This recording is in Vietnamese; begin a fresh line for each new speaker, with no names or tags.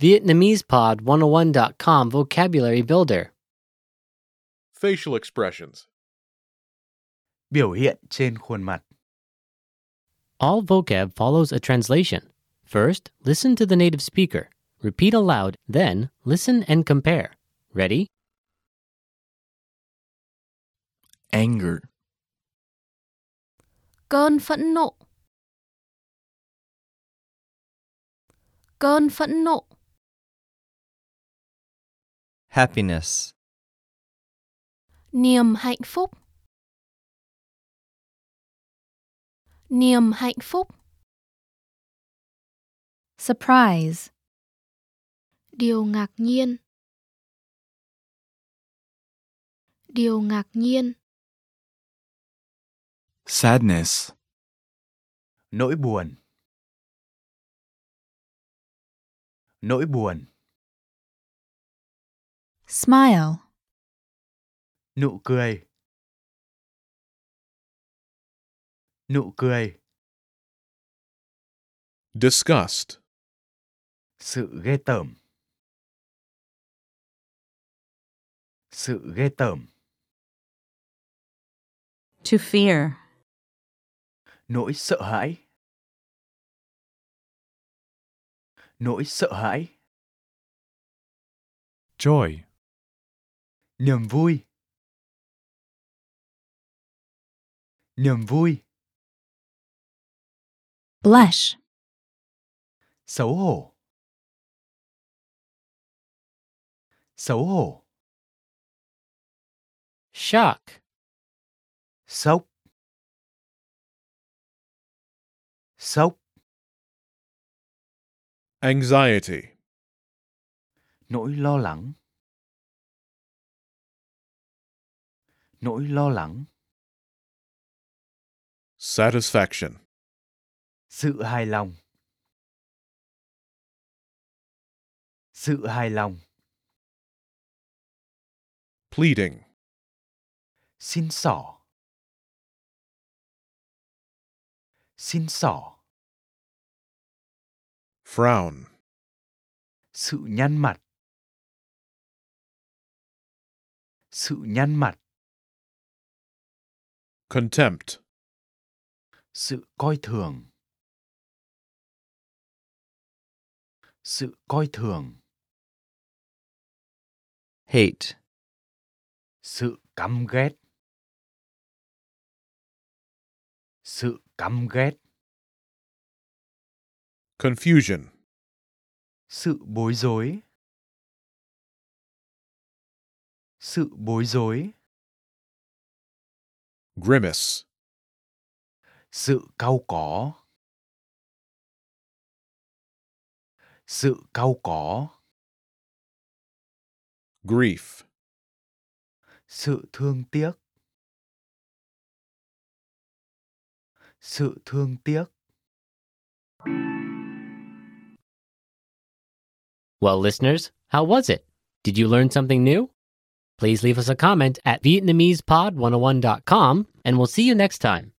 VietnamesePod101.com Vocabulary Builder.
Facial expressions.
biểu hiện trên khuôn mặt
All vocab follows a translation. First, listen to the native speaker. Repeat aloud, then, listen and compare. Ready?
anger,
cơn phẫn nộ cơn phẫn nộ
happiness,
niềm hạnh phúc niềm hạnh phúc surprise điều ngạc nhiên điều ngạc nhiên
sadness,
nỗi buồn nỗi buồn
smile
nụ cười nụ cười
Disgust.
sự ghê tởm sự ghê tởm
to fear,
nỗi sợ hãi nỗi sợ hãi
Joy.
niềm vui niềm vui
blush,
xấu hổ xấu hổ
Shock.
sốc sốc
Anxiety.
nỗi lo lắng nỗi lo lắng
Satisfaction.
sự hài lòng sự hài lòng
Pleading.
xin xỏ xin xỏ
Frown.
sự nhăn mặt sự nhăn mặt
Contempt.
sự coi thường sự coi thường
hate,
sự căm ghét sự căm ghét
Confusion.
sự bối rối sự bối rối
Grimace.
sự cau có sự cau có
Grief.
sự thương tiếc sự thương tiếc
Well, listeners, how was it? Did you learn something new? oh Please leave us a comment at VietnamesePod101.com, and we'll see you next time.